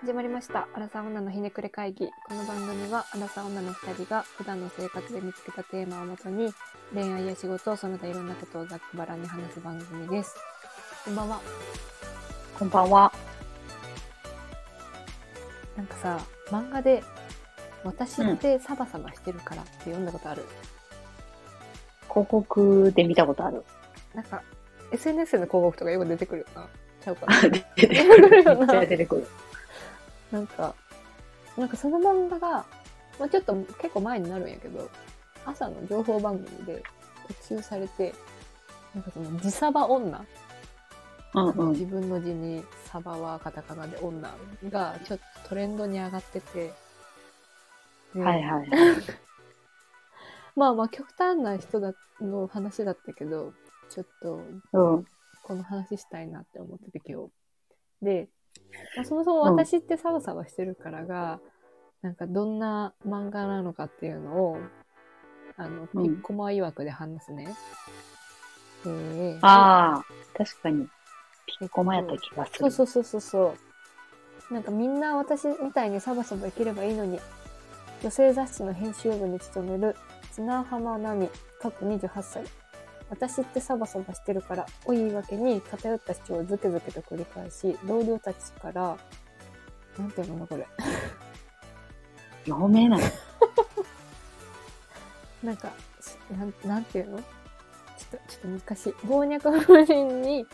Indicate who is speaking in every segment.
Speaker 1: 始まりました。アラサー女のひねくれ会議。この番組は、アラサー女の二人が普段の生活で見つけたテーマをもとに、恋愛や仕事、その他いろんなことをざっくばらんに話す番組です。こんばんは。
Speaker 2: こんばんは。
Speaker 1: なんかさ、漫画で、私ってサバサバしてるからって読んだことある。
Speaker 2: 広告で見たことある。
Speaker 1: なんか、SNS の広告とかよく出てくるよな。ちゃうかな。
Speaker 2: 出てくる。
Speaker 1: な
Speaker 2: めっちゃ出てくる。
Speaker 1: なんか、なんかその漫画が、まあ、ちょっと結構前になるんやけど、朝の情報番組で特集されて、なんかその、自サバ女、
Speaker 2: うんうん。
Speaker 1: 自分の字にサバはカタカナで女がちょっとトレンドに上がってて、で
Speaker 2: はいはい。
Speaker 1: まあまあ極端な人だの話だったけど、ちょっと
Speaker 2: うん。
Speaker 1: この話したいなって思ってて今日。で、まあ、そもそも私ってサバサバしてるからが、なんかどんな漫画なのかっていうのを、あの、
Speaker 2: うん
Speaker 1: ピッコマ曰くで話すね。えー
Speaker 2: ああ、確かに。ピッコマやった気がする。
Speaker 1: そうそうそうそうそう。なんかみんな私みたいにサバサバ生きればいいのに、女性雑誌の編集部に勤める綱浜奈美、過去28歳。私ってサバサバしてるから、を言い訳に偏った主張をずけずけと繰り返し、同僚たちから、なんていうのかなこれ。
Speaker 2: 読めない。
Speaker 1: なんか、しなんなんていうのちょっと、ちょっと難しい。傍若無人に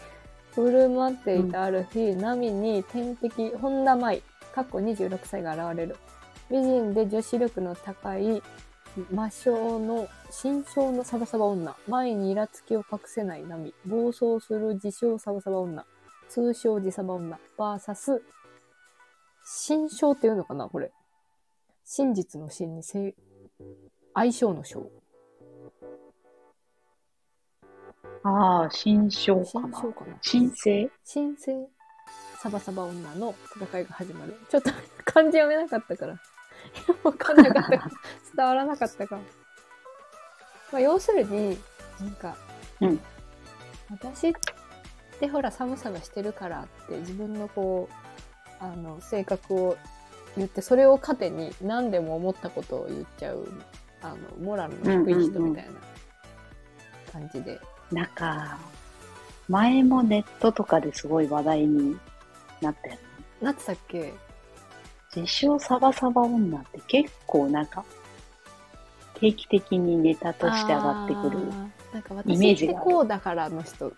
Speaker 1: 振る舞っていたある日、ナミに天敵、本田舞、かっこ26歳が現れる。美人で女子力の高い、魔性の、身長のサバサバ女。前にイラつきを隠せないナミ。暴走する自称サバサバ女。通称自サバ女。バーサス、心象っていうのかなこれ。真実の真に正、相性の性。
Speaker 2: ああ、新章か
Speaker 1: 新
Speaker 2: な。
Speaker 1: 章かな
Speaker 2: 新生
Speaker 1: 新生サバサバ女の戦いが始まる。ちょっと漢字読めなかったから。 わかんなか ったから。伝わらなかったから。まあ、要するに、なんか、
Speaker 2: うん
Speaker 1: 私ってほら、寒さがしてるからって自分のこう、あの、性格を言って、それを糧に何でも思ったことを言っちゃう、あの、モラルの低い人みたいな感じで。
Speaker 2: なんか、前もネットとかですごい話題になったよね。
Speaker 1: なってたっけ
Speaker 2: 自称サバサバ女って結構なんか、定期的にネタとして上がってくる。
Speaker 1: あーなんか
Speaker 2: イメ
Speaker 1: 私
Speaker 2: ー
Speaker 1: っ
Speaker 2: ジ
Speaker 1: て
Speaker 2: がある
Speaker 1: こうだからの人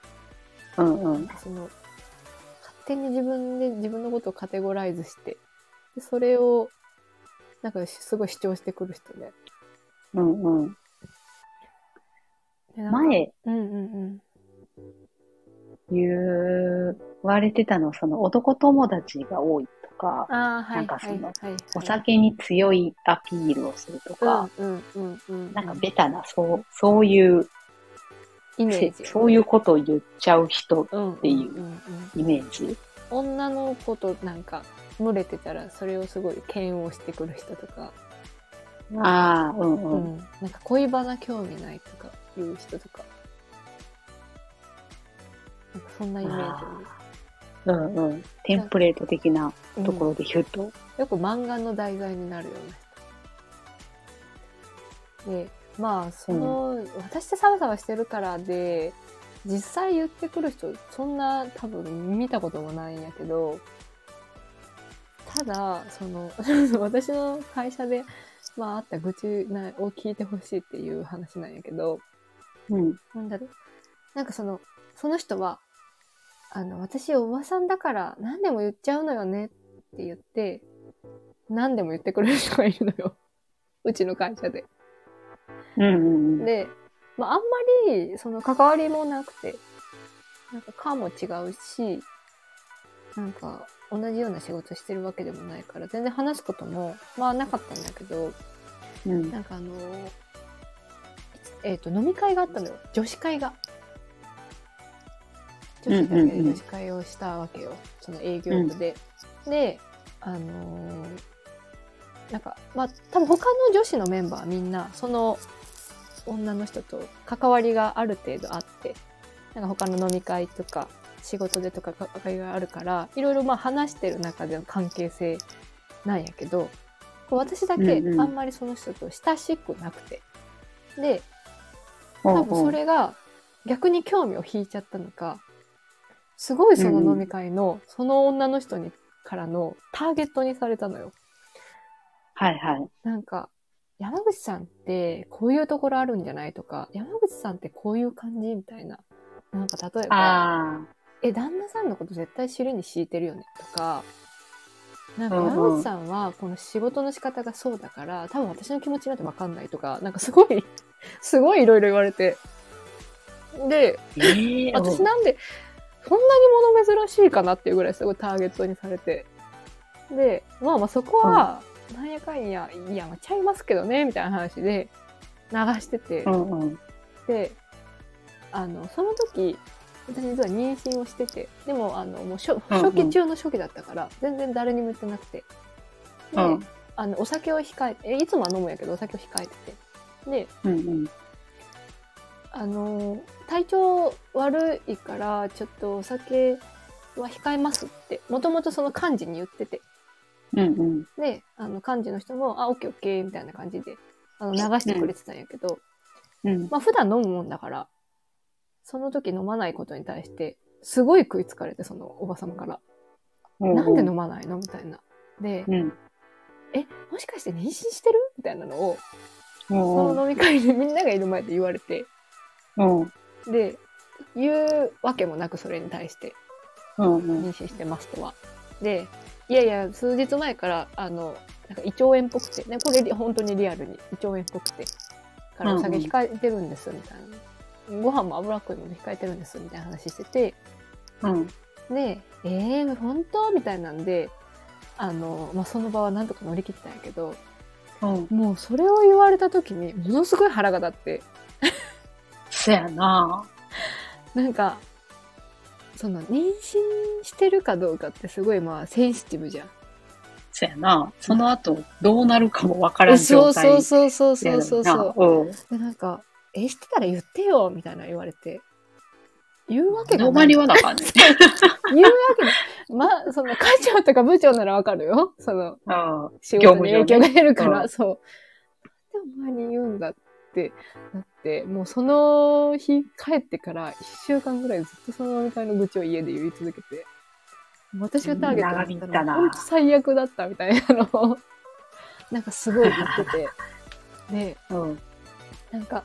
Speaker 2: うんうん。
Speaker 1: その勝手に自分で自分のことをカテゴライズしてでそれをなんかすごい主張してくる人で
Speaker 2: うんうん。
Speaker 1: でなんか
Speaker 2: 前、
Speaker 1: うんうんうん
Speaker 2: 言われてたのは、その男友達が多いとか、
Speaker 1: ああは
Speaker 2: ないんか
Speaker 1: は
Speaker 2: そ
Speaker 1: い
Speaker 2: の
Speaker 1: はいはい
Speaker 2: お酒に強いアピールをするとか、
Speaker 1: うんうんうんうん
Speaker 2: なんかベタな、そう、そういう、
Speaker 1: イメージ
Speaker 2: せそういうことを言っちゃう人、
Speaker 1: うん
Speaker 2: ていうん
Speaker 1: ん
Speaker 2: イメージ。
Speaker 1: 女の子となんか群れてたらそれをすごい嫌悪してくる人とか、
Speaker 2: ああ、うんうん。
Speaker 1: うんなんか恋バナ興味ないとかいう人とかなんかそんなイメージをね
Speaker 2: うんうん。テンプレート的な
Speaker 1: うん
Speaker 2: ところで言うと。
Speaker 1: よく漫画の題材になるような人。で、まあ、その、私ってサバサバしてるからで、実際言ってくる人、そんな多分見たこともないんやけど、ただ、その、 私の会社で、まあ、あった愚痴なを聞いてほしいっていう話なんやけど、
Speaker 2: うん。
Speaker 1: なんだろう。なんかその、その人は、あの、私おばさんだから何でも言っちゃうのよねって言って、何でも言ってくれる人がいるのよ。 うちの会社で。
Speaker 2: うんうんうん。
Speaker 1: で、まあ、あんまり、その関わりもなくて、なんか、かも違うし、なんか、同じような仕事してるわけでもないから、全然話すことも、まあ、なかったんだけど、
Speaker 2: うん。
Speaker 1: なんかあのーえっ、と、飲み会があったのよ。女子会が。女子だけで女子会をしたわけよ。その営業部で。で、あのーなんか、まあ、多分他の女子のメンバーはみんな、その、女の人と関わりがある程度あってなんか他の飲み会とか仕事でとか関わりがあるからいろいろまあ話してる中での関係性なんやけどこう私だけ
Speaker 2: うんうん
Speaker 1: あんまりその人と親しくなくて、で
Speaker 2: うん
Speaker 1: 多
Speaker 2: うん
Speaker 1: 分それが逆に興味を引いちゃったのかすごいその飲み会のその女の人にからのターゲットにされたのよ。
Speaker 2: はいはい。
Speaker 1: なんか、山口さんってこういうところあるんじゃないとか、山口さんってこういう感じみたいな。なんか例えば、
Speaker 2: あ
Speaker 1: え、旦那さんのこと絶対尻に敷いてるよねとか、なんか
Speaker 2: うんうん
Speaker 1: 山口さんはこの仕事の仕方がそうだから、多分私の気持ちなんてわかんないとか、なんかすごい、すごいいろいろ言われて。で、
Speaker 2: あ。ええ
Speaker 1: 私
Speaker 2: うん
Speaker 1: なんで、そんなに物珍しいかなっていうぐらいすごいターゲットにされて。で、まあまあそこは、なんやかんや、いや、まあちゃいますけどね、みたいな話で流してて。
Speaker 2: うんうん。
Speaker 1: で、あの、その時、私実は妊娠をしてて、でも、あの、もう初
Speaker 2: うんうん
Speaker 1: 初期中の初期だったから、全然誰にも言ってなくて。で、
Speaker 2: うん
Speaker 1: あの、お酒を控えて、えいつもは飲むんやけど、お酒を控えてて。で、
Speaker 2: うんうん。
Speaker 1: あの体調悪いからちょっとお酒は控えますってもともとその幹事に言ってて
Speaker 2: うんうん。
Speaker 1: であの幹事の人も「あオッケーオッケー」みたいな感じであの流してくれてたんやけど、
Speaker 2: うん。
Speaker 1: まあ普段飲むもんだからその時飲まないことに対してすごい食いつかれてそのおば様から「なんで飲まないの?」みたいな。で
Speaker 2: う、ん。
Speaker 1: え、もしかして妊娠してるみたいなのを、
Speaker 2: うん
Speaker 1: その飲み会でみんながいる前で言われて、
Speaker 2: うん。
Speaker 1: で、言うわけもなくそれに対して、
Speaker 2: うんうん。
Speaker 1: 妊娠してますとは。で、いやいや、数日前から、あの、なんか胃腸炎っぽくて、ね、これ本当にリアルに胃腸炎っぽくて、からお酒
Speaker 2: うんうん
Speaker 1: 控えてるんです、みたいな。ご飯も脂っこいもの控えてるんです、みたいな話してて、
Speaker 2: うん。
Speaker 1: で、えー、本当みたいなんで、あの、まあ、その場はなんとか乗り切ったんやけど、
Speaker 2: うん。
Speaker 1: もうそれを言われた時に、ものすごい腹が立って、
Speaker 2: そやな
Speaker 1: なんか、その、妊娠してるかどうかってすごい、まあ、センシティブじゃん。
Speaker 2: そやなその後、どうなるかもわからん
Speaker 1: そ
Speaker 2: 状
Speaker 1: う
Speaker 2: 態や
Speaker 1: そ
Speaker 2: ろ
Speaker 1: う
Speaker 2: な。
Speaker 1: そうそうそうそうそう
Speaker 2: うん。
Speaker 1: でなんか「えしてたら言ってよ」みたいな言われて言うわけ
Speaker 2: ど
Speaker 1: が
Speaker 2: ま
Speaker 1: ない
Speaker 2: り
Speaker 1: 言う
Speaker 2: はなかんね。
Speaker 1: わけないまあその課長とか部長ならわかるよその
Speaker 2: うん。
Speaker 1: 仕事に
Speaker 2: 業務上ね
Speaker 1: 影響が出るから、
Speaker 2: うん
Speaker 1: そうなんでお前に言うんだってなってもうその日帰ってから1週間ぐらいずっとその飲み会の愚痴を家で言い続けてもう私がターゲットになったの
Speaker 2: 長引いたな
Speaker 1: 本当最悪だったみたいなのをなんかすごい言って てで
Speaker 2: うん。
Speaker 1: なんか、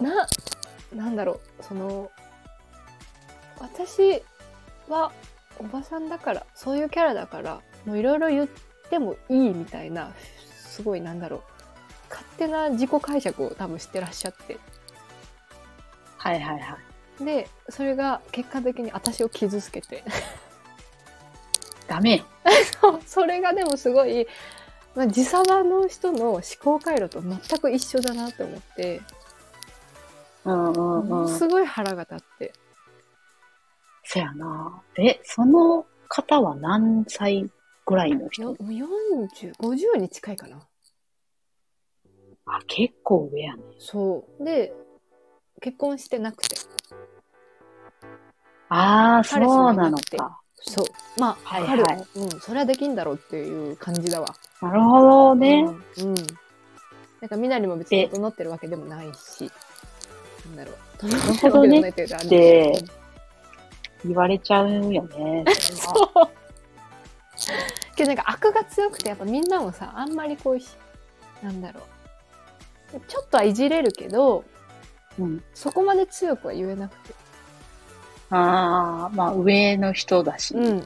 Speaker 1: な、なんだろう、その、私はおばさんだから、そういうキャラだから、もういろいろ言ってもいいみたいな、すごいなんだろう、勝手な自己解釈を多分してらっしゃって。
Speaker 2: はいはいはい。
Speaker 1: で、それが結果的に私を傷つけて。
Speaker 2: ダメよ。
Speaker 1: それがでもすごい、まあ、自サバの人の思考回路と全く一緒だなと思って、
Speaker 2: うん
Speaker 1: も
Speaker 2: う
Speaker 1: の
Speaker 2: んうん。
Speaker 1: すごい腹が立って。
Speaker 2: そやなで、その方は何歳ぐらいの
Speaker 1: よ
Speaker 2: 人
Speaker 1: もう40、50に近いかな。
Speaker 2: あ、結構上やね。
Speaker 1: そう。で、結婚してなくて。
Speaker 2: ああ、そ
Speaker 1: 彼氏も
Speaker 2: う
Speaker 1: い
Speaker 2: な
Speaker 1: な
Speaker 2: の
Speaker 1: くて
Speaker 2: か。
Speaker 1: そう。まあ、
Speaker 2: はい
Speaker 1: 彼
Speaker 2: はい
Speaker 1: うん、それはできんだろうっていう感じだわ。
Speaker 2: なるほどね。
Speaker 1: うん。うん。なんか、みなりも別に整ってるわけでもないし、なんだろう。整ってるわけでもないっていうか、あれ
Speaker 2: で
Speaker 1: だけど
Speaker 2: 言われちゃうよ ね。それは
Speaker 1: そう。けどなんか、悪が強くて、やっぱみんなもさ、あんまりこうし、なんだろう。ちょっとはいじれるけど、
Speaker 2: うん。
Speaker 1: そこまで強くは言えなくて。
Speaker 2: ああ、まあ上の人だし。
Speaker 1: うんうんうん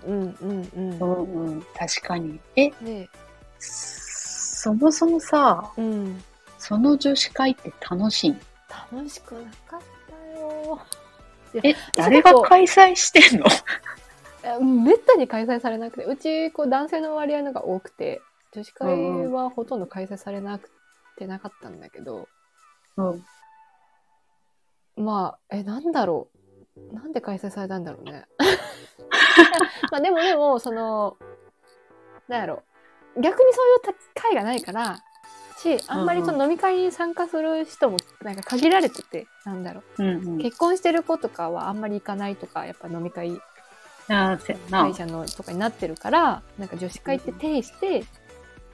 Speaker 1: う
Speaker 2: う
Speaker 1: ん
Speaker 2: うん、確かに。え、
Speaker 1: ん。で、
Speaker 2: そもそもさ、
Speaker 1: うん。
Speaker 2: その女子会って楽しいん
Speaker 1: 楽しくなかったよ。
Speaker 2: え、誰が開催してんの
Speaker 1: えめったに開催されなくて、うちこう男性の割合のが多くて、女子会はほとんど開催されなくてなかったんだけど、
Speaker 2: うん。
Speaker 1: まあ、え、なんだろう。なんで開催されたんだろう ね。まあでもでも、その、なんやろう。逆にそういう機会がないから、し、あんまりその飲み会に参加する人もなんか限られてて、なんだろ
Speaker 2: うん
Speaker 1: う。
Speaker 2: う
Speaker 1: 結婚してる子とかはあんまり行かないとか、やっぱ飲み会
Speaker 2: ん。ああ、せやな
Speaker 1: 会。社のとかになってるから、なんか女子会って定して、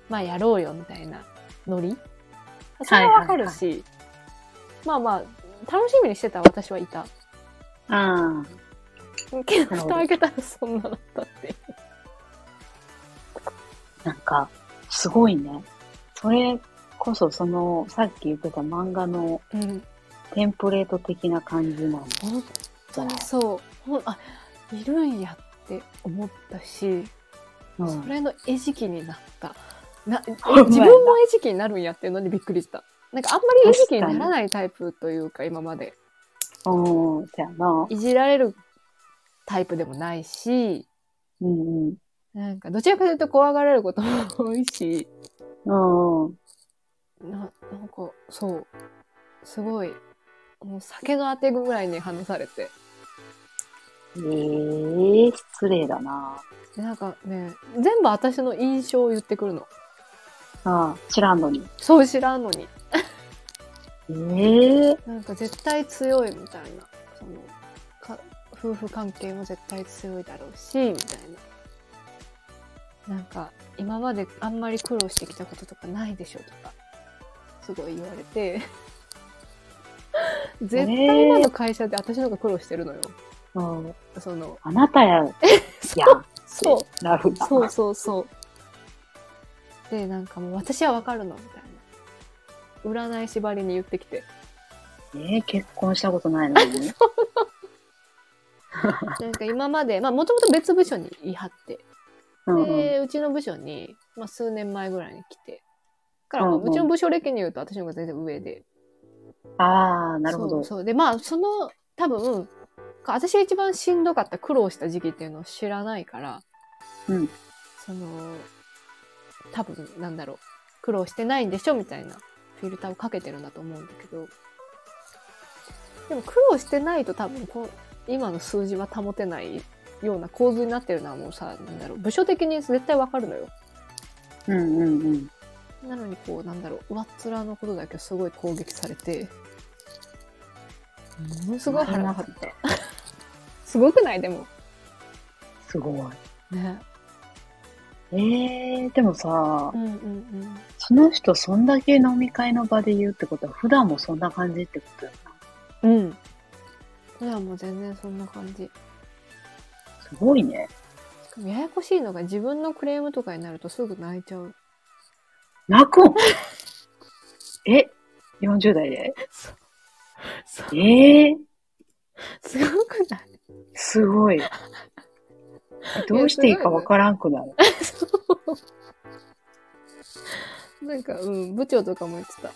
Speaker 1: まあやろうよみたいなノリ。それはわかるし、まあまあ、楽しみにしてた私はいた。
Speaker 2: あ
Speaker 1: け
Speaker 2: ほ
Speaker 1: ど、
Speaker 2: ど
Speaker 1: 蓋を開けたらそんなだったっていう。
Speaker 2: あ、なんか、すごいね。それこそ、その、さっき言ってた漫画の
Speaker 1: うん、
Speaker 2: テンプレート的な感じなん
Speaker 1: 本当
Speaker 2: だ
Speaker 1: に。そう。ほんあ、いるんやって思ったし、
Speaker 2: うん
Speaker 1: それの餌食になった。な
Speaker 2: ほんまやな
Speaker 1: 自分も餌食になるんやっていうのにびっくりした。なんかあんまり餌食にならないタイプというか、今まで。
Speaker 2: うん、そやな。
Speaker 1: いじられるタイプでもないし、
Speaker 2: うんうん。
Speaker 1: なんかどちらかというと怖がられることも多いし、
Speaker 2: うんうん。
Speaker 1: ななんかそう、すごい、もう酒のあてぐらいに話されて、
Speaker 2: ええ失礼だな。
Speaker 1: でなんかね、全部私の印象を言ってくるの。
Speaker 2: ああ、知らんのに。
Speaker 1: そう知らんのに。
Speaker 2: ええ
Speaker 1: なんか絶対強いみたいな、そのか夫婦関係も絶対強いだろうし、みたいな。なんか今まであんまり苦労してきたこととかないでしょとか、すごい言われ て。絶対今の会社で私の方が苦労してるのよ。
Speaker 2: うん。
Speaker 1: その、
Speaker 2: あなたや、やん。。
Speaker 1: そう
Speaker 2: ラフだな。
Speaker 1: そうそうそう。で、なんかもう私はわかるの、みたいな。占い縛りに言ってきて。
Speaker 2: ええ結婚したことないの に。
Speaker 1: なんか今まで、まあもともと別部署にいはって、
Speaker 2: うんうん。
Speaker 1: で、うちの部署に、まあ、数年前ぐらいに来て。だから、まあ
Speaker 2: うんうん
Speaker 1: うちの部署歴に言うと私の方が全然上で。
Speaker 2: ああ、なるほ
Speaker 1: そ
Speaker 2: ど
Speaker 1: う。そう。で、まあ、その、多分、か私が一番しんどかった、苦労した時期っていうのを知らないから、
Speaker 2: うん
Speaker 1: その、多分、なんだろう、苦労してないんでしょみたいなフィルターをかけてるんだと思うんだけど、でも苦労してないと多分こう、今の数字は保てないような構図になってるのはもうさ、なんだろう、部署的に絶対わかるのよ。
Speaker 2: うんうんうん。
Speaker 1: なのにこうなんだろう上っ面のことだけすごい攻撃されてものすごい腹が張ったすごくないでも
Speaker 2: すごい。
Speaker 1: ね
Speaker 2: ええでもさ
Speaker 1: う、んうんうん
Speaker 2: その人そんだけ飲み会の場で言うってことは、普段もそんな感じってことや
Speaker 1: うんそれはもう全然そんな感じ
Speaker 2: な。すごいね。
Speaker 1: しかもややこしいのが自分のクレームとかになるとすぐ泣いちゃう
Speaker 2: 泣 くんえ ?40 代で
Speaker 1: そそ
Speaker 2: ええ
Speaker 1: すごくない
Speaker 2: すごい。どうしていいかわからん くなる。
Speaker 1: そうなんかうん部長とかも言ってたいや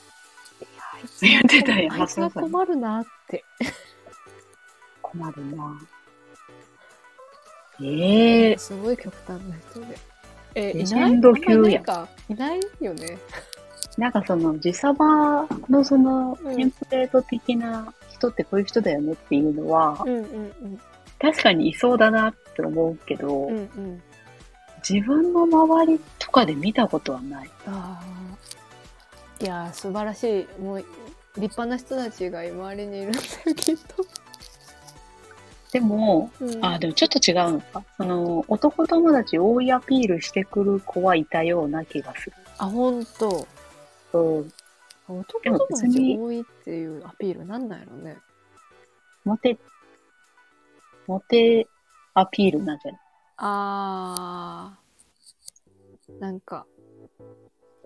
Speaker 1: あいつは
Speaker 2: 言ってたんや
Speaker 1: あいつは困るなって
Speaker 2: 困るな。ええ
Speaker 1: すごい極端な人で。え、
Speaker 2: レ
Speaker 1: い
Speaker 2: ジ
Speaker 1: な
Speaker 2: ェ
Speaker 1: い
Speaker 2: ンド級やん
Speaker 1: あんまりいないか。いないよね。
Speaker 2: なんかその、時差場のその、
Speaker 1: うん
Speaker 2: テンプレート的な人ってこういう人だよねっていうのは、
Speaker 1: んうん
Speaker 2: 確かにいそうだなって思うけど、
Speaker 1: うんうん。
Speaker 2: 自分の周りとかで見たことはない。
Speaker 1: ああ。いやー、素晴らしい。もう、立派な人たちが周りにいるんだよ、きっと。
Speaker 2: でも、
Speaker 1: うん
Speaker 2: あ、でもちょっと違うのか。その、男友達多いアピールしてくる子はいたような気がする。
Speaker 1: あ、ほんと。
Speaker 2: うん。
Speaker 1: 男
Speaker 2: でも
Speaker 1: 友
Speaker 2: 別
Speaker 1: 達
Speaker 2: に
Speaker 1: 多いっていうアピールなんなんやろね。
Speaker 2: モテ、モテアピールなんじゃない
Speaker 1: あー。なんか、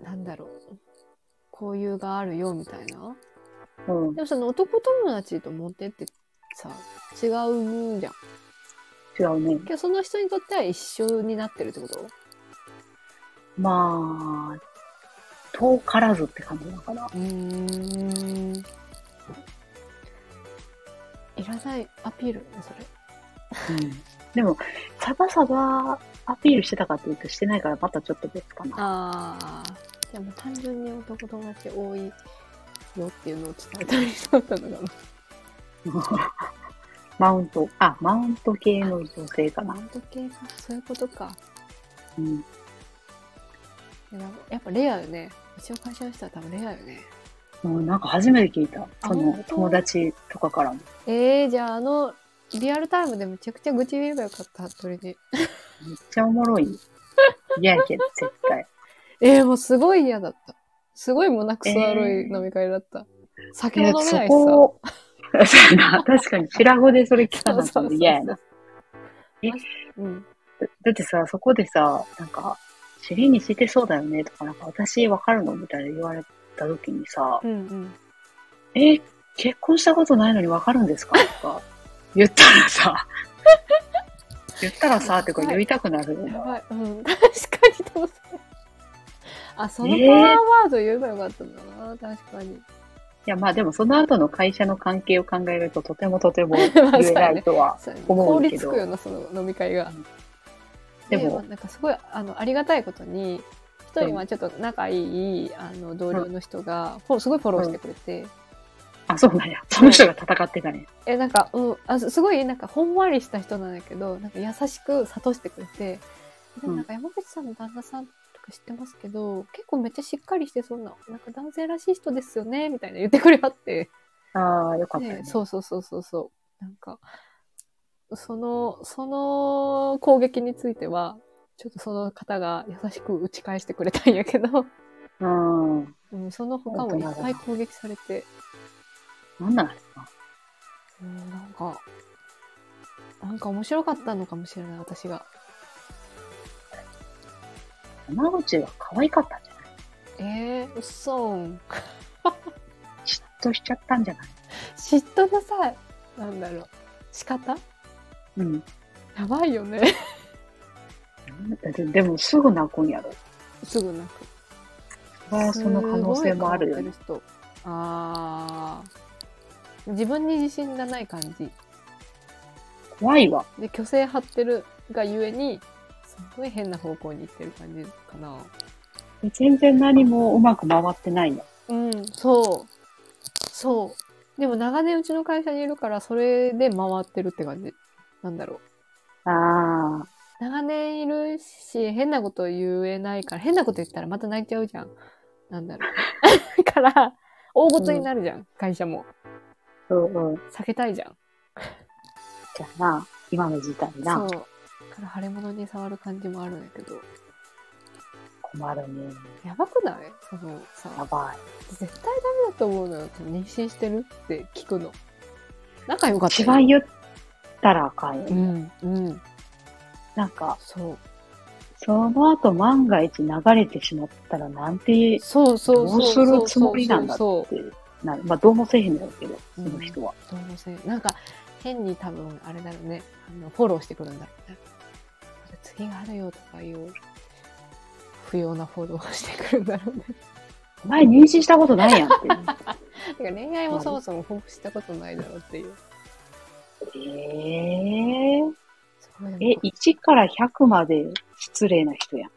Speaker 1: なんだろう。交友があるよ、みたいな。
Speaker 2: うん。
Speaker 1: でもその男友達とモテってさ、違うじゃん。
Speaker 2: 違うね。
Speaker 1: けどその人にとっては一緒になってるってこと
Speaker 2: まあ、遠からずって感じなのかな。
Speaker 1: うーん。いらないアピールね、それ。
Speaker 2: でも、サバサバアピールしてたかっていうとしてないからまたちょっと別かな。
Speaker 1: あー。でもう単純に男友達多いよっていうのを伝えたりしだったのかな。
Speaker 2: マウント、あ、マウント系の女性か
Speaker 1: マ
Speaker 2: な
Speaker 1: ウ。ント系か。そういうことか。
Speaker 2: うん。
Speaker 1: でなんかやっぱレアよね。一応会社の人は多分レアよね。
Speaker 2: もうなんか初めて聞いた。
Speaker 1: あ
Speaker 2: そ
Speaker 1: 本
Speaker 2: の
Speaker 1: 当
Speaker 2: 友達とかからも。
Speaker 1: えー、じゃああの、リアルタイムでめちゃくちゃ愚痴言えばよかった、鳥に。
Speaker 2: めっちゃおもろ い。嫌やけど、絶対。
Speaker 1: えー、もうすごい嫌だった。すごい胸くそ悪
Speaker 2: え
Speaker 1: い
Speaker 2: ー
Speaker 1: 飲み会だった。酒
Speaker 2: え
Speaker 1: も飲め
Speaker 2: そ
Speaker 1: ないしさ。
Speaker 2: こ を。そうやな確かに白子でそれ聞かな
Speaker 1: そうそう
Speaker 2: い
Speaker 1: そ
Speaker 2: と
Speaker 1: う
Speaker 2: 嫌やな。え
Speaker 1: うん。
Speaker 2: だだってさ、そこでさ、なんか、知りにしてそうだよねとか、なんか私わかるのみたいな言われた時にさ、
Speaker 1: うんうん。
Speaker 2: え、結婚したことないのにわかるんですかとか、言ったらさ、言ったらさ、ってか
Speaker 1: はい
Speaker 2: 言いたくなるよ
Speaker 1: や
Speaker 2: な。
Speaker 1: ばい。うん。確かにでもそれ。あ、そのパワーワード言えばよかったんだな、確かに。
Speaker 2: いや、まあでもその後の会社の関係を考えると、とてもとて
Speaker 1: ま
Speaker 2: も
Speaker 1: あそう
Speaker 2: 言え
Speaker 1: や
Speaker 2: ない
Speaker 1: ね
Speaker 2: とは。
Speaker 1: そうやね
Speaker 2: 思
Speaker 1: 凍
Speaker 2: うけど
Speaker 1: りつくような、その飲み会が。
Speaker 2: で
Speaker 1: で
Speaker 2: も
Speaker 1: まあ、なんかすごいあのありがたいことに一
Speaker 2: うん
Speaker 1: 人はちょっと仲いいあの同僚の人が、フォローすごいフォローしてくれて、
Speaker 2: あ、そうなんや。その人が戦ってたね。
Speaker 1: えなんか、うん、あすすごいなんかほんわりした人なんだけどなんか優しく諭してくれてでもなんか山口さんの旦那さんとか知ってますけど、結構めっちゃしっかりしてそうななんか男性らしい人ですよねみたいな言ってくれはって、
Speaker 2: ああ、よかったよね
Speaker 1: ね、。そうそうそうそうそうなんかそのその攻撃についてはちょっとその方が優しく打ち返してくれたんやけど。
Speaker 2: うん。
Speaker 1: うん、その他もいっぱい攻撃されて、
Speaker 2: なんなんやろな。
Speaker 1: うん、なんか、なんか面白かったのかもしれない、私が。
Speaker 2: 山口が可愛かったんじゃない
Speaker 1: えー、うっそーん。
Speaker 2: 嫉妬しちゃったんじゃない
Speaker 1: 嫉妬のさ、なんだろう、仕方
Speaker 2: うん。
Speaker 1: やばいよね。
Speaker 2: だってでもすぐ泣くんやろ。
Speaker 1: すぐなく。
Speaker 2: それはその可能性もあるよね。
Speaker 1: すごい変わってる人あー。自分に自信がない感じ。
Speaker 2: 怖いわ。
Speaker 1: で、虚勢張ってるがゆえに、すごい変な方向に行ってる感じかな。
Speaker 2: 全然何もうまく回ってないや。
Speaker 1: うん、そう。そう。でも長年うちの会社にいるから、それで回ってるって感じ。なんだろう。
Speaker 2: ああ、
Speaker 1: 長年いるし、変なこと言えないから、変なこと言ったらまた泣いちゃうじゃん。なんだろ う。だから、大ごとになるじゃん、会社も。
Speaker 2: うんうん。
Speaker 1: 避けたいじゃん。
Speaker 2: じゃあな、今の時代
Speaker 1: そ
Speaker 2: な
Speaker 1: う。、だから腫れ物に触る感じもあるんだけど。
Speaker 2: 困るね。
Speaker 1: やばくないその
Speaker 2: や
Speaker 1: さ、
Speaker 2: ば
Speaker 1: 絶対ダメだと思うのよ。妊娠してるって聞くの。仲良か
Speaker 2: い。
Speaker 1: った
Speaker 2: 一
Speaker 1: よ。
Speaker 2: 番言ったらあかんよ。
Speaker 1: うん、うん、
Speaker 2: なんか、
Speaker 1: そう。
Speaker 2: その後万が一流れてしまったらなんて
Speaker 1: そうそうそうそう。
Speaker 2: どうするつもりなんだって
Speaker 1: そう
Speaker 2: なる。まあ、どうもせえへんだろうけど、その人は。
Speaker 1: そうどうせなんか、変に多分、あれだろうね。あの、フォローしてくるんだろうね。次があるよとかいう、不要なフォローをしてくるんだ ろうね。
Speaker 2: お前妊娠したことないやんっていう。
Speaker 1: てか恋愛もそもそも報告したことないだろうっていう。 すごいな
Speaker 2: ええ
Speaker 1: んか
Speaker 2: え、1から100まで失礼な人やん。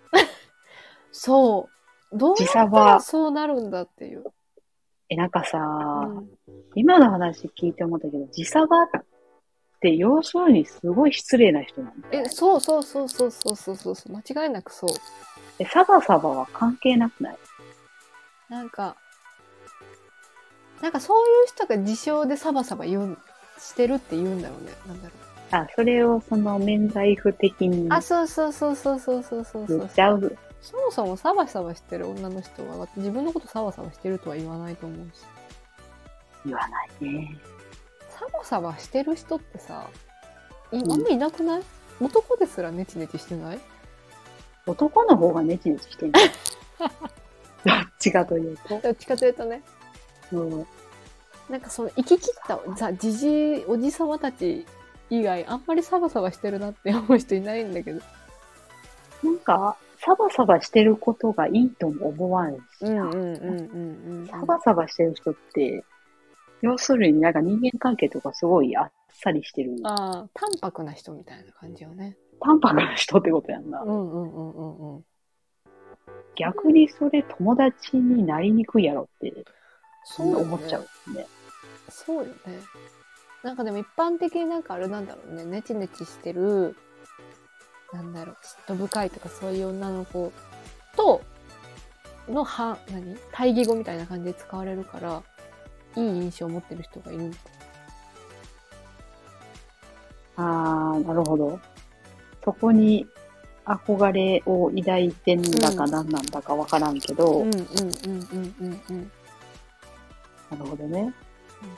Speaker 1: そう。どう
Speaker 2: 時
Speaker 1: や
Speaker 2: 差
Speaker 1: ったら
Speaker 2: は。
Speaker 1: そうなるんだっていう。
Speaker 2: え、なんかさ、
Speaker 1: うん
Speaker 2: 今の話聞いて思ったけど、時差はって要するにすごい失礼な人なんだ。
Speaker 1: え、そうそうそうそうそうそうそうそう。間違いなくそう。
Speaker 2: え、サバサバは関係なくない
Speaker 1: なんか、なんかそういう人が自称でサバサバ言うん、してるって言うんだろうね。なんだろう。
Speaker 2: あ、それをその免罪符的に
Speaker 1: あ、そうそうそうそうそうそうそうそ
Speaker 2: 言っ
Speaker 1: う
Speaker 2: ちゃう。
Speaker 1: そもそもサバサバしてる女の人は自分のことサバサバしてるとは言わないと思うし。
Speaker 2: 言わないね。
Speaker 1: サバサバしてる人ってさ、い
Speaker 2: ん
Speaker 1: あんまいなくない、男ですらネチネチしてない
Speaker 2: 男の方がネチネチして んの。どっちかというと。
Speaker 1: どっちかというとね、
Speaker 2: うん。
Speaker 1: なんかその生き切ったさ、じじいおじさまたち以外、あんまりサバサバしてるなって思う人いないんだけど。
Speaker 2: なんか、サバサバしてることがいいとも思わんしな。
Speaker 1: んうん
Speaker 2: サバサバしてる人って、要するになんか人間関係とかすごいあっさりしてる、
Speaker 1: ああ、淡白な人みたいな感じよね。
Speaker 2: 淡白な人ってことやんな。
Speaker 1: うんうんうんうんうん。
Speaker 2: 逆にそれ友達になりにくいやろって、そ
Speaker 1: そ
Speaker 2: ん
Speaker 1: う
Speaker 2: な
Speaker 1: よ
Speaker 2: 思っ
Speaker 1: ね
Speaker 2: ちゃうね。
Speaker 1: そうよね。なんかでも一般的になんかあれなんだろうね。ネチネチしてる、なんだろう、嫉妬深いとかそういう女の子と、の反、何対義語みたいな感じで使われるから、いい印象を持ってる人がいるみたい。
Speaker 2: ああ、なるほど。そこに憧れを抱いてんだか
Speaker 1: うん
Speaker 2: 何なんだかわからんけど、
Speaker 1: うんうんうんうんうんうん。
Speaker 2: なるほどね。
Speaker 1: なん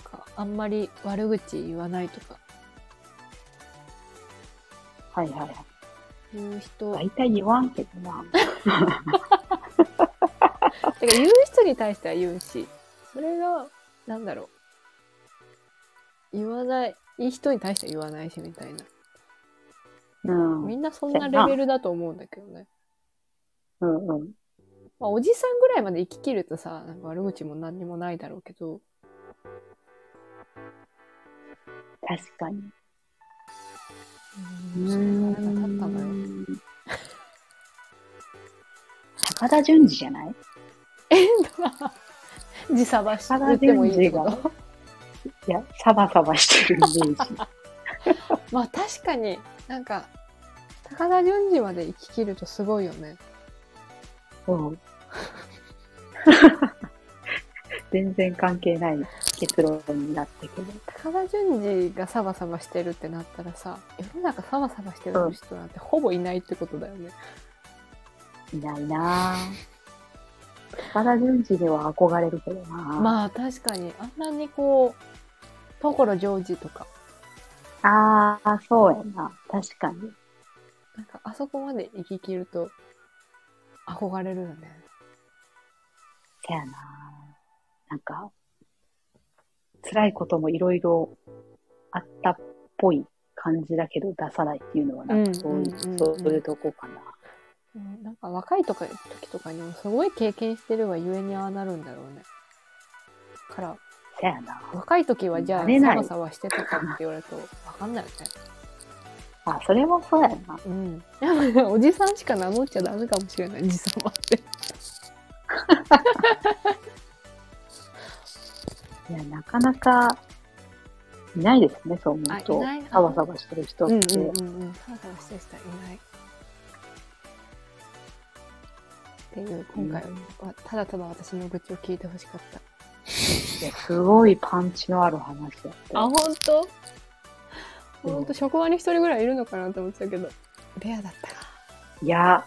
Speaker 1: か、あんまり悪口言わないとか、
Speaker 2: はいはいはい。
Speaker 1: 言う人、
Speaker 2: 大体言わんけどな。
Speaker 1: てか言う人に対しては言うし、それが、なんだろう。言わない、いい人に対しては言わないしみたいな。
Speaker 2: うん。う
Speaker 1: み
Speaker 2: ん
Speaker 1: んなそんなレベルだと思うんだけどね。
Speaker 2: うん。
Speaker 1: まあ、おじさんぐらいまで生ききるとさ、なんか悪口も何にもないだろうけど、
Speaker 2: 確かに。
Speaker 1: そんな腹立ったのよ。
Speaker 2: 坂田純次じゃない
Speaker 1: 自サバし
Speaker 2: 坂
Speaker 1: 言
Speaker 2: 田
Speaker 1: ってもい
Speaker 2: 純
Speaker 1: いけど
Speaker 2: 次が。。いや、サバサバしてるイメージ。
Speaker 1: まあ確かになんか、高田純次まで生ききるとすごいよね。
Speaker 2: うん。全然関係ない結論になったけど。
Speaker 1: 高田純次がサバサバしてるってなったらさ、世の中サバサバしてる人なんてほぼいないってことだよね。
Speaker 2: いないなぁ。高田純次では憧れるけどなぁ。
Speaker 1: まあ確かに、あんなにこう、所ジョージとか、
Speaker 2: ああ、そうやな。確かに。
Speaker 1: なんかあそこまで生ききると憧れるよね。
Speaker 2: せやななんか、辛いこともいろいろあったっぽい感じだけど出さないっていうのはなんかそういう、
Speaker 1: うんうんうん
Speaker 2: そういうとこかな。
Speaker 1: うんなんか若いとか時とかにもすごい経験してるがゆえにああなるんだろうね。から、
Speaker 2: せやな
Speaker 1: 若い時はじゃあ
Speaker 2: 慣れ
Speaker 1: サ
Speaker 2: ない
Speaker 1: バサバしてたかって言われるとわかんないよね。
Speaker 2: あ、それはそうやな。
Speaker 1: うん。やっぱねおじさん しか名乗っちゃダメかもしれない、おじさんはって。
Speaker 2: いや、なかなか、いないですね、そう思う
Speaker 1: あい
Speaker 2: と
Speaker 1: ない。
Speaker 2: サバサバしてる人って。
Speaker 1: んうん。サバサバしてる人はいない。っていう、今回はただただ私の愚痴を聞いてほしかった。
Speaker 2: いやすごいパンチのある話だった。
Speaker 1: あ、本当
Speaker 2: うん
Speaker 1: 本当職場に一人ぐらいいるのかなと思ってたけど、レアだったか。
Speaker 2: いや、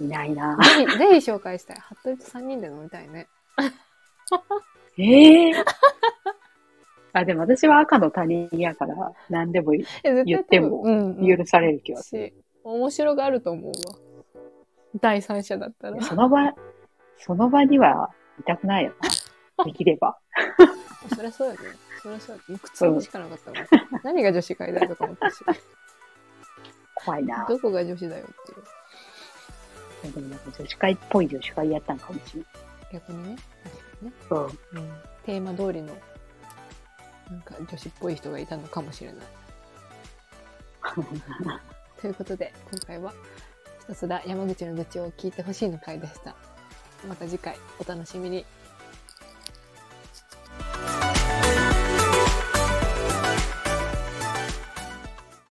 Speaker 2: いないな。
Speaker 1: ぜひ、ぜひ紹介したい。ハットリと3人で飲みたいね。
Speaker 2: ええあ、でも私は赤の他人やから、何でも許
Speaker 1: え絶対多分
Speaker 2: 言っても
Speaker 1: うんうん
Speaker 2: される気はす
Speaker 1: し、面白があると思うわ。第三者だったら
Speaker 2: る。。その場、その場にはいたくないよ な。できれば。
Speaker 1: そりゃそうやね。そりゃそうやね。もう靴のしかなかったもん。何が女子会だよとか思ったし、
Speaker 2: 怖いな。
Speaker 1: どこが女子だよっていう。
Speaker 2: でもなんか女子会っぽい女子会やったんかもしれない。
Speaker 1: 逆にね、確かにね。
Speaker 2: うん。
Speaker 1: うん、テーマ通りの、なんか女子っぽい人がいたのかもしれない。ということで、今回は、ひたすら山口の愚痴を聞いてほしいの回でした。また次回、お楽しみに。